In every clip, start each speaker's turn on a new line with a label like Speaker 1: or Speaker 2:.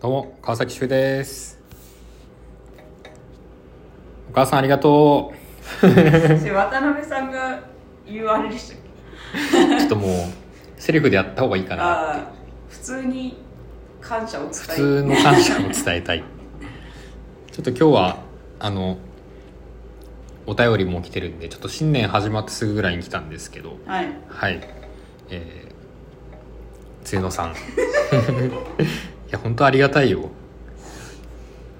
Speaker 1: 川崎修ですお母さんありがとう
Speaker 2: 私渡辺さんが言うあれでしたっけ
Speaker 1: ちょっともうセリフでやった方がいいかな
Speaker 2: ああ普通に感謝を伝
Speaker 1: 普
Speaker 2: え
Speaker 1: 通の感謝を伝えたいちょっと今日はあのお便りも来てるんでちょっと新年始まってすぐぐらいに来たんですけど
Speaker 2: はい
Speaker 1: はいえー、露野さん いや本当ありがたいよ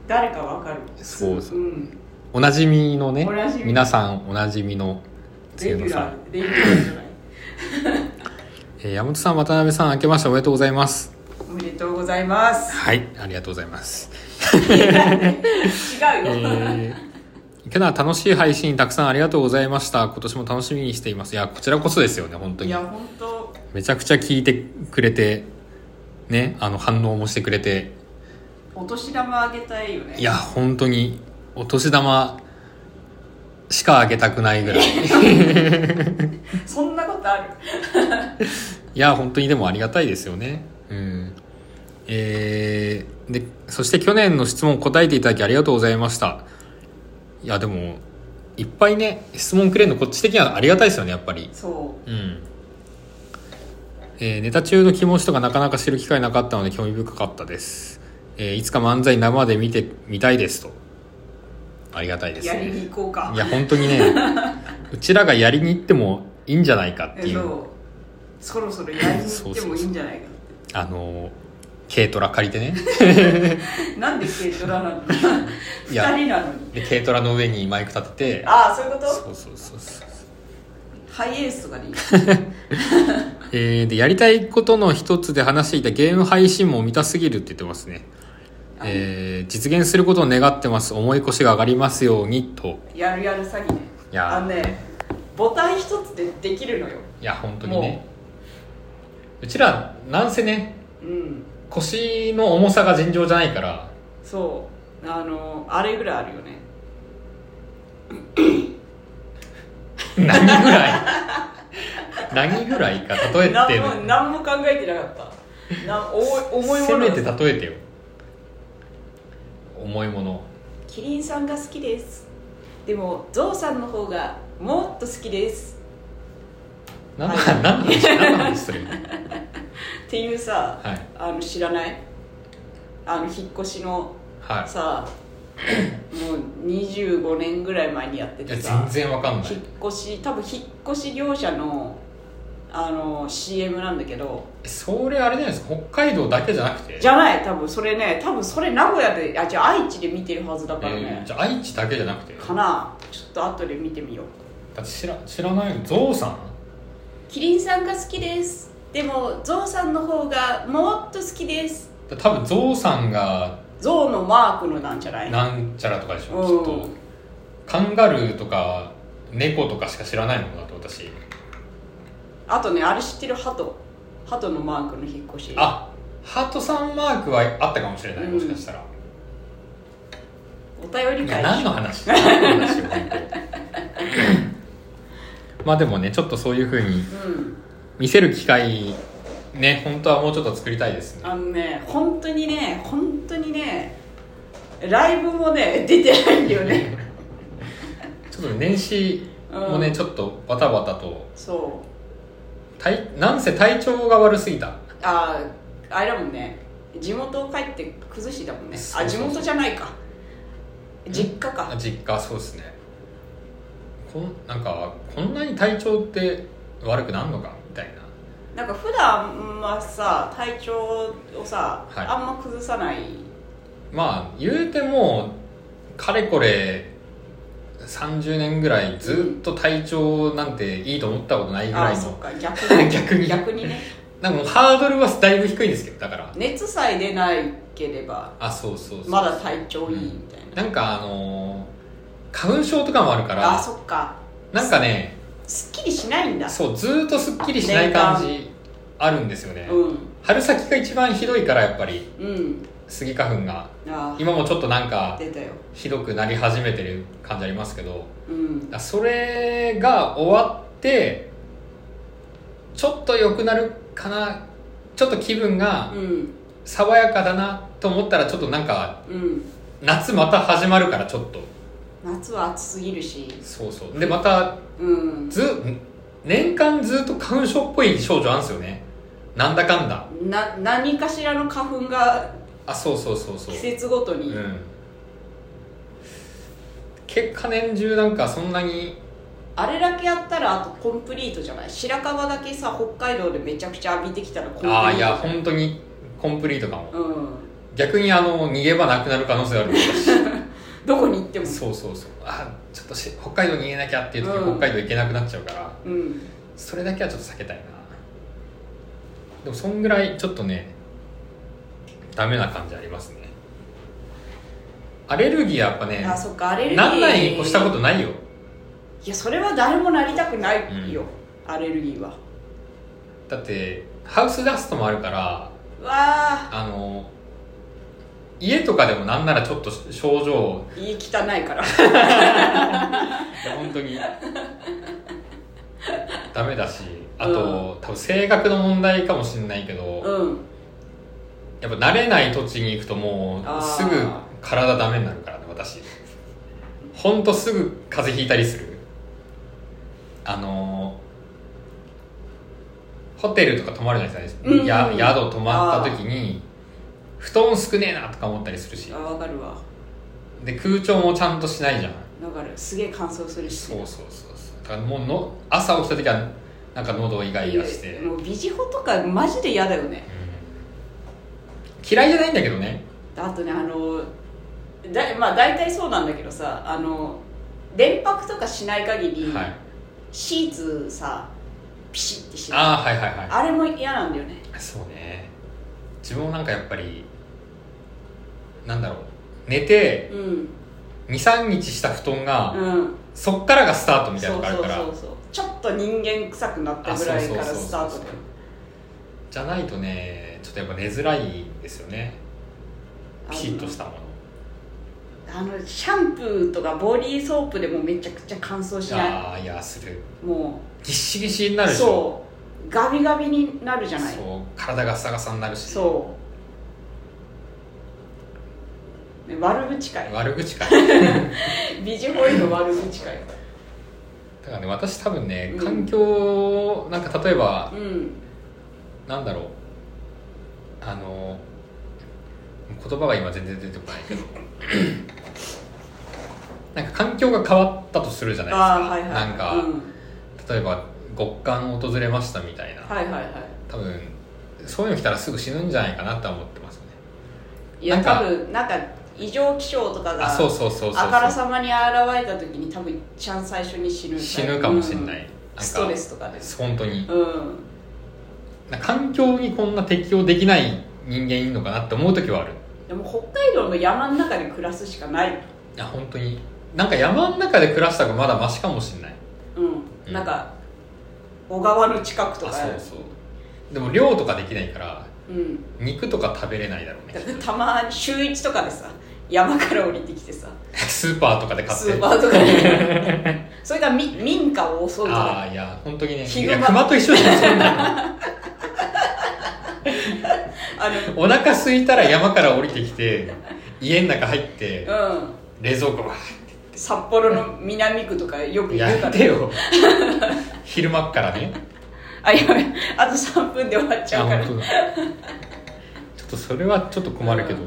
Speaker 2: 誰かわかる、
Speaker 1: そうそうんおなじみのね
Speaker 2: おなじみ
Speaker 1: 皆さんおなじみの
Speaker 2: レ
Speaker 1: 露
Speaker 2: ギ
Speaker 1: 野
Speaker 2: ュ
Speaker 1: さ
Speaker 2: ラ
Speaker 1: ん
Speaker 2: ーレギュラーじゃない
Speaker 1: えー山本さん渡辺さん明けましておめでとうございます
Speaker 2: おめでとうございます
Speaker 1: はいありがとうございます、
Speaker 2: 違う
Speaker 1: え
Speaker 2: よ、
Speaker 1: ー、池田楽しい配信たくさんありがとうございました今年も楽しみにしていますいやこちらこそですよね本当
Speaker 2: い
Speaker 1: に
Speaker 2: や本当
Speaker 1: めちゃくちゃ聞いてくれてねあの反応もしてくれて
Speaker 2: お年玉あげたいよね
Speaker 1: いや本当にお年玉しかあげたくないぐらいい
Speaker 2: そんなことある
Speaker 1: や本当にでもありがたいですよねうんえー、でそして去年の質問答えていただきありがとうございましたいやでもいっぱいね質問くれるのこっち的にはありがたいですよねやっぱり
Speaker 2: そ
Speaker 1: うんえーネタ中の気持ちとかなかなか知る機会なかったので興味深かったです、えーいつか漫才生で見てみたいですとありがたいで
Speaker 2: う
Speaker 1: す
Speaker 2: や
Speaker 1: ね
Speaker 2: りに行こうか
Speaker 1: いや本当にねうちらがやりに行ってもいいんじゃないかって
Speaker 2: え
Speaker 1: い
Speaker 2: そう
Speaker 1: う
Speaker 2: そろそろやりに行ってもいいんじゃないかって
Speaker 1: あのー軽トラ借りてね
Speaker 2: なんで軽トラなの
Speaker 1: いや
Speaker 2: 二人なのに
Speaker 1: で軽トラの上にマイク立てて
Speaker 2: ああそういうこと
Speaker 1: そうそうそうそう
Speaker 2: ハイエースとかでいい
Speaker 1: えーでやりたいことの一つで話していたゲーム配信も見たすぎるって言ってますね、えー実現することを願ってます重い腰が上がりますようにと
Speaker 2: やるやる詐欺ね
Speaker 1: いやー
Speaker 2: あのねボタン一つでできるのよ
Speaker 1: いや本当にねうちらなんせね
Speaker 2: うん
Speaker 1: 腰の重さが尋常じゃないから
Speaker 2: そうあのあれぐらいあるよね
Speaker 1: 何ぐらい 何ぐらいか例えて
Speaker 2: 何も何も考えてなかったな重い重いも
Speaker 1: せ
Speaker 2: の
Speaker 1: めて例えてよ重いもの
Speaker 2: キリンさんが好きですでもゾウさんの方がもっと好きです
Speaker 1: 何の
Speaker 2: はい
Speaker 1: 何の話何の話するは
Speaker 2: っていうさ
Speaker 1: い
Speaker 2: あの知らないあの引っ越しの
Speaker 1: は
Speaker 2: さもう25年ぐらい前にやって
Speaker 1: いいや
Speaker 2: てさ
Speaker 1: 全然わかんない
Speaker 2: 引っ越し多分引っ越し業者のあの CM なんだけど
Speaker 1: それあれじゃないですか北海道だけじゃなくて
Speaker 2: じゃない多分それね多分それ名古屋であじゃ愛知で見てるはずだから
Speaker 1: え
Speaker 2: ね
Speaker 1: ー、じゃあ愛知だけじゃなくて
Speaker 2: かなちょっと後で見てみよう
Speaker 1: だって知ら知らないゾウさん
Speaker 2: キリンさんが好きですでもゾウさんの方がもっと好きです
Speaker 1: だ多分ゾウさんが
Speaker 2: ゾウのマークのなんじゃない
Speaker 1: なんちゃらとかでしょ
Speaker 2: う
Speaker 1: き
Speaker 2: ん
Speaker 1: っとカンガルーとか猫とかしか知らないもんだと私
Speaker 2: あとねあれ知ってるハトハトのマークの引っ越し
Speaker 1: あハートさんマークはあったかもしれないもしかしたら、
Speaker 2: お便り
Speaker 1: いや
Speaker 2: 会
Speaker 1: 何の話何の話よ本 当まあでもねちょっとそういうふうに
Speaker 2: うん
Speaker 1: 見せる機会ね本当はもうちょっと作りたいですね
Speaker 2: あのね本当にね本当にねライブもね出てないんだよね
Speaker 1: ちょっと年始もね、
Speaker 2: うん
Speaker 1: ちょっとバタバタと
Speaker 2: そう
Speaker 1: 体なんせ体調が悪すぎた
Speaker 2: あああれだもんね地元を帰って崩してたもんね
Speaker 1: そう
Speaker 2: あ
Speaker 1: そう
Speaker 2: 地
Speaker 1: そう
Speaker 2: 元じゃないか実家
Speaker 1: あ
Speaker 2: か
Speaker 1: 実家そうですねこんなんかこんなに体調って悪くなんのかみたいな
Speaker 2: なんか普段はさ体調をさ、
Speaker 1: はい
Speaker 2: あんま崩さない
Speaker 1: まあ言うてもかれこれ30年ぐらいずっと体調なんていいと思ったことないぐ
Speaker 2: あ
Speaker 1: ら
Speaker 2: あ
Speaker 1: い
Speaker 2: そっ
Speaker 1: の
Speaker 2: か逆に
Speaker 1: 逆に
Speaker 2: 逆にね
Speaker 1: なんかもうハードルはだいぶ低いんですけどだから
Speaker 2: 熱さえ出なければ
Speaker 1: あそうそうそう
Speaker 2: まだ体調いいみたいな、
Speaker 1: なんかあのー花粉症とかもあるか
Speaker 2: ああ
Speaker 1: ら
Speaker 2: そっか
Speaker 1: なんかね
Speaker 2: すっきりしないんだ
Speaker 1: そうずーっとすっきりしない感じあるんですよね
Speaker 2: うん
Speaker 1: 春先が一番ひどいからやっぱり
Speaker 2: うん
Speaker 1: スギ花粉が
Speaker 2: あ
Speaker 1: 今もちょっとなんか
Speaker 2: あ出たよ
Speaker 1: ひどくなり始めてる感じありますけど
Speaker 2: うん
Speaker 1: それが終わってちょっと良くなるかなちょっと気分が
Speaker 2: うん
Speaker 1: 爽やかだなと思ったらちょっとなんか
Speaker 2: うん
Speaker 1: 夏また始まるからちょっと
Speaker 2: 夏は暑すぎるし
Speaker 1: そうそうでまた
Speaker 2: うん
Speaker 1: ず年間ずっと花粉症っぽい症状あるんですよねなんだかんだ
Speaker 2: な何かしらの花粉が
Speaker 1: あそうそうそうそう
Speaker 2: 季節ごとに、
Speaker 1: うん結果年中なんかそんなに
Speaker 2: あれだけやったらあとコンプリートじゃない白樺だけさ北海道でめちゃくちゃ浴びてきたらコンプリート
Speaker 1: ああい
Speaker 2: じゃ
Speaker 1: や
Speaker 2: ない
Speaker 1: 本当にコンプリートかも
Speaker 2: うん
Speaker 1: 逆にあの逃げ場なくなる可能性 ある
Speaker 2: どこに行っても
Speaker 1: そうそうそうあちょっとし北海道逃げなきゃっていう時、
Speaker 2: うん
Speaker 1: 北海道行けなくなっちゃうから
Speaker 2: うん
Speaker 1: それだけはちょっと避けたいなでもそんぐらいちょっとねダメな感じありますねアレルギーはやっぱね
Speaker 2: あそっかアレルギー
Speaker 1: なんないに越したことないよ
Speaker 2: いやそれは誰もなりたくないよ、アレルギーは
Speaker 1: だってハウスダストもあるから
Speaker 2: うわあ
Speaker 1: あの家とかでもなんならちょっと症状
Speaker 2: いい汚いから
Speaker 1: いや本当にダメだしあと、多分性格の問題かもしれないけど、
Speaker 2: うん
Speaker 1: やっぱ慣れない土地に行くとも
Speaker 2: あー
Speaker 1: うすぐ体ダメになるからね私ほんとすぐ風邪ひいたりするあのホテルとか泊まるじゃないですか、
Speaker 2: うん
Speaker 1: や宿泊まった時に布団少ねえなとか思ったりするし
Speaker 2: あわかるわ
Speaker 1: で空調もちゃんとしないじゃん
Speaker 2: わかるすげえ乾燥するし
Speaker 1: そうそうそうそうだからもうの朝起きた時はなんか喉イガイガして、うん
Speaker 2: もうビジホとかマジで嫌だよね
Speaker 1: 嫌いじゃないんだけどね
Speaker 2: あとねあのだまあ大体そうなんだけどさあの電泊とかしない限り、
Speaker 1: はい
Speaker 2: シーツさピシッてしない
Speaker 1: ああはいはいは
Speaker 2: あれも嫌なんだよね
Speaker 1: いそうね自分もなんかやっぱりなんだろう寝て
Speaker 2: うん
Speaker 1: 23日した布団が、
Speaker 2: うん
Speaker 1: そっからがスタートみたいな
Speaker 2: そ
Speaker 1: の
Speaker 2: う
Speaker 1: がある
Speaker 2: そう
Speaker 1: から
Speaker 2: そうそうちょっと人間臭くなったぐらいから
Speaker 1: あそうそうそうそう
Speaker 2: スタートだよ
Speaker 1: じゃないとねちょっとやっぱ寝づらいんですよねピシッとしたもの
Speaker 2: あのシャンプーとかボディーソープでもめちゃくちゃ乾燥しな
Speaker 1: ああいやする
Speaker 2: いも
Speaker 1: ぎっしぎしに
Speaker 2: う
Speaker 1: なるでしょ
Speaker 2: そうガビガビになるじゃない
Speaker 1: そう体がサガサになるし
Speaker 2: そうね悪口かよ
Speaker 1: 悪口か
Speaker 2: ビジホイの悪口かよ
Speaker 1: だからね私多分ね
Speaker 2: うん
Speaker 1: 環境、なんか例えば
Speaker 2: うん
Speaker 1: なんだろうあの言葉が今全然出てこないけ どなんか環境が変わったとするじゃないです
Speaker 2: あ
Speaker 1: か、
Speaker 2: あはいはい
Speaker 1: なんか、
Speaker 2: うん
Speaker 1: 例えば極寒訪れましたみたいな、
Speaker 2: はいはいは
Speaker 1: 多分そういうの来たらすぐ死ぬんじゃないかなとは思ってますね
Speaker 2: いいや
Speaker 1: なんか
Speaker 2: 多分なんか異常気象とかが
Speaker 1: あそうそうそうそうそう
Speaker 2: あからさまに現れた時に多分一番最初に死ぬ
Speaker 1: 死ぬかもしれない、
Speaker 2: うん
Speaker 1: なんか
Speaker 2: ストレスとかです
Speaker 1: 本当に
Speaker 2: うん
Speaker 1: なんか環境にこんな適応できない人間いるのかなって思う時はある
Speaker 2: でも北海道の山の中で暮らすしかない
Speaker 1: いや本当になんか山の中で暮らした方がまだマシかもしれない
Speaker 2: うん、
Speaker 1: うん
Speaker 2: なんか小川の近くと
Speaker 1: あ
Speaker 2: か
Speaker 1: そうそうでも漁とかできないから
Speaker 2: うん、
Speaker 1: 肉とか食べれないだろうね
Speaker 2: だからたまに週一とかでさ山から降りてきてさ
Speaker 1: スーパーとかで買っ
Speaker 2: ス
Speaker 1: て
Speaker 2: ーパーとかで それがみ民家を襲うと
Speaker 1: あ
Speaker 2: か
Speaker 1: あいや本当にね
Speaker 2: ヒ
Speaker 1: い
Speaker 2: グマ
Speaker 1: や熊と一緒じゃんそんな
Speaker 2: あの
Speaker 1: のお腹空いたら山から降りてきて家の中入って
Speaker 2: うん
Speaker 1: 冷蔵庫わーっ
Speaker 2: 札幌の南区とかよく
Speaker 1: て
Speaker 2: 言う
Speaker 1: や
Speaker 2: か
Speaker 1: っ
Speaker 2: ら
Speaker 1: て よ昼間っからね
Speaker 2: あやばいあと3分で終わっちゃうから
Speaker 1: あ本当だちょっとそれはちょっと困るけど、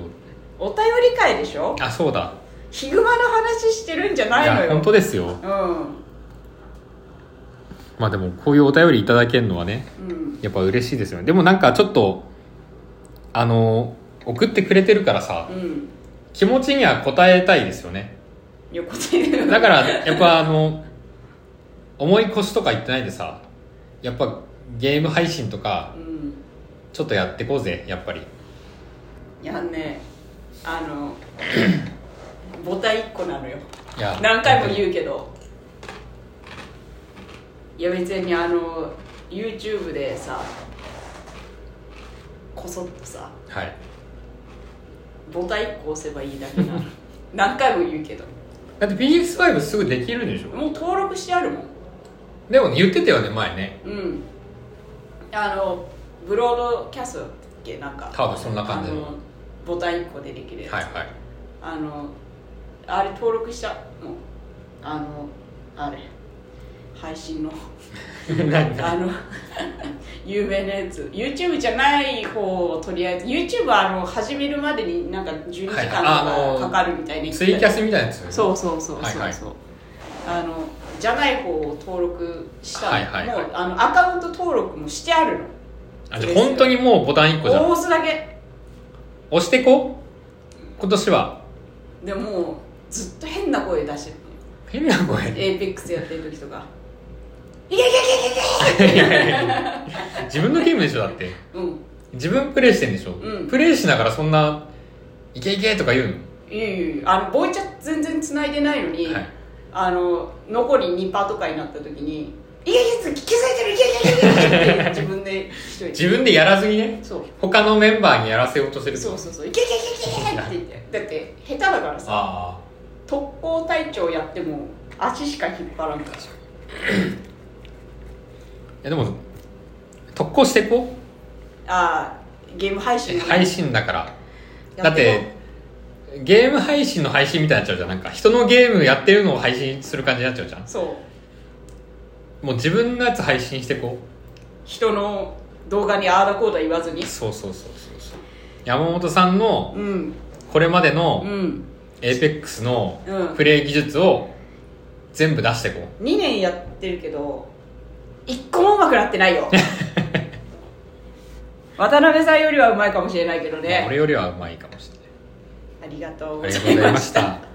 Speaker 2: お便り会でしょ
Speaker 1: あそうだ
Speaker 2: ヒグマの話してるんじゃないいの
Speaker 1: や
Speaker 2: よ
Speaker 1: 本当ですよまあでもこういうお便りいただけるのはね
Speaker 2: うんうん
Speaker 1: やっぱ嬉しいですよねでもなんかちょっとあの送ってくれてるからさ
Speaker 2: うん
Speaker 1: 気持ちには応えたいですよね
Speaker 2: 横手
Speaker 1: だからやっぱあの重い腰とか言ってないでさやっぱゲーム配信とか
Speaker 2: うん
Speaker 1: ちょっとやってこうぜやっぱり
Speaker 2: いやねあ の母体1個なのよ
Speaker 1: いや
Speaker 2: 何回も
Speaker 1: う
Speaker 2: 言うけどいや別にあの YouTube でさこそっとさ
Speaker 1: はい
Speaker 2: ボタン1個押せばいいだけなの 何回も言うけど
Speaker 1: だって PS5 すぐできるんでしょ
Speaker 2: もう登録してあるもん
Speaker 1: でもね言ってたよね前ね
Speaker 2: うんあのブロードキャストけなんか
Speaker 1: 多分そんな感じ
Speaker 2: あ
Speaker 1: の
Speaker 2: のボタン1個でできるやつ、
Speaker 1: はいはい
Speaker 2: あのあれ登録したもうあのあれ配信のあの有名なやつ YouTube じゃない方をとりあえず YouTube はあの始めるまでになんか12時
Speaker 1: はい
Speaker 2: 間
Speaker 1: あ
Speaker 2: と
Speaker 1: の
Speaker 2: かかかるみたいに
Speaker 1: ツイキャスみたいなやつ
Speaker 2: そうそうそうそうそう、
Speaker 1: はいはい
Speaker 2: あのじゃない方を登録した、
Speaker 1: はいはいはい
Speaker 2: もうあのアカウント登録もしてあるの
Speaker 1: あじゃあ本当にもうボタン1個じゃん
Speaker 2: 大押すだけ
Speaker 1: 押してこ今年は
Speaker 2: でもうずっと変な声出してるのよ
Speaker 1: 変な声
Speaker 2: エイペックスやってる時とか「いけいけい
Speaker 1: 自分のゲームでしょだって
Speaker 2: け!」うん
Speaker 1: 自分プレイしてんでしょ、
Speaker 2: うん
Speaker 1: プレイしながらそんな「いけいけ!」とか言う
Speaker 2: いやいやいやあのボイチャ全然つないでないのに、
Speaker 1: の、はい、
Speaker 2: あの残り2パーとかになった時に「いやいや気づいてるいやいやいやいやいや」って自分で一人で
Speaker 1: 自分でやらずにね
Speaker 2: そう
Speaker 1: 他のメンバーにやらせようとしてる
Speaker 2: そうそうそう「いけいけいけいけ!」って言ってだって下手だからさ
Speaker 1: あ
Speaker 2: 特攻隊長やっても足しか引っ張らんから
Speaker 1: あいやでも特攻してこ
Speaker 2: あーゲーム配信のね
Speaker 1: 配信だから
Speaker 2: や
Speaker 1: だっ
Speaker 2: こう
Speaker 1: てゲーム配信の配信みたいになっちゃうじゃんなんか人のゲームやってるのを配信する感じになっちゃうじゃん
Speaker 2: そう
Speaker 1: もう自分のやつ配信してこ
Speaker 2: 人の動画にああだこうだ言わずに
Speaker 1: うそうそうそうそうそう山本さんの
Speaker 2: うん
Speaker 1: これまで
Speaker 2: う
Speaker 1: の
Speaker 2: ん
Speaker 1: APEX の
Speaker 2: うん
Speaker 1: プレイ技術を全部出してこう
Speaker 2: 2年やってるけど一個も上手くなって ないよ渡辺さんよりは上手いかもしれないけど
Speaker 1: まあ
Speaker 2: ね
Speaker 1: 俺よりはうまいかもしれない
Speaker 2: ありがとう
Speaker 1: あ
Speaker 2: ご
Speaker 1: り
Speaker 2: ざ
Speaker 1: がとう
Speaker 2: い
Speaker 1: ござい
Speaker 2: ま
Speaker 1: ま
Speaker 2: し
Speaker 1: したた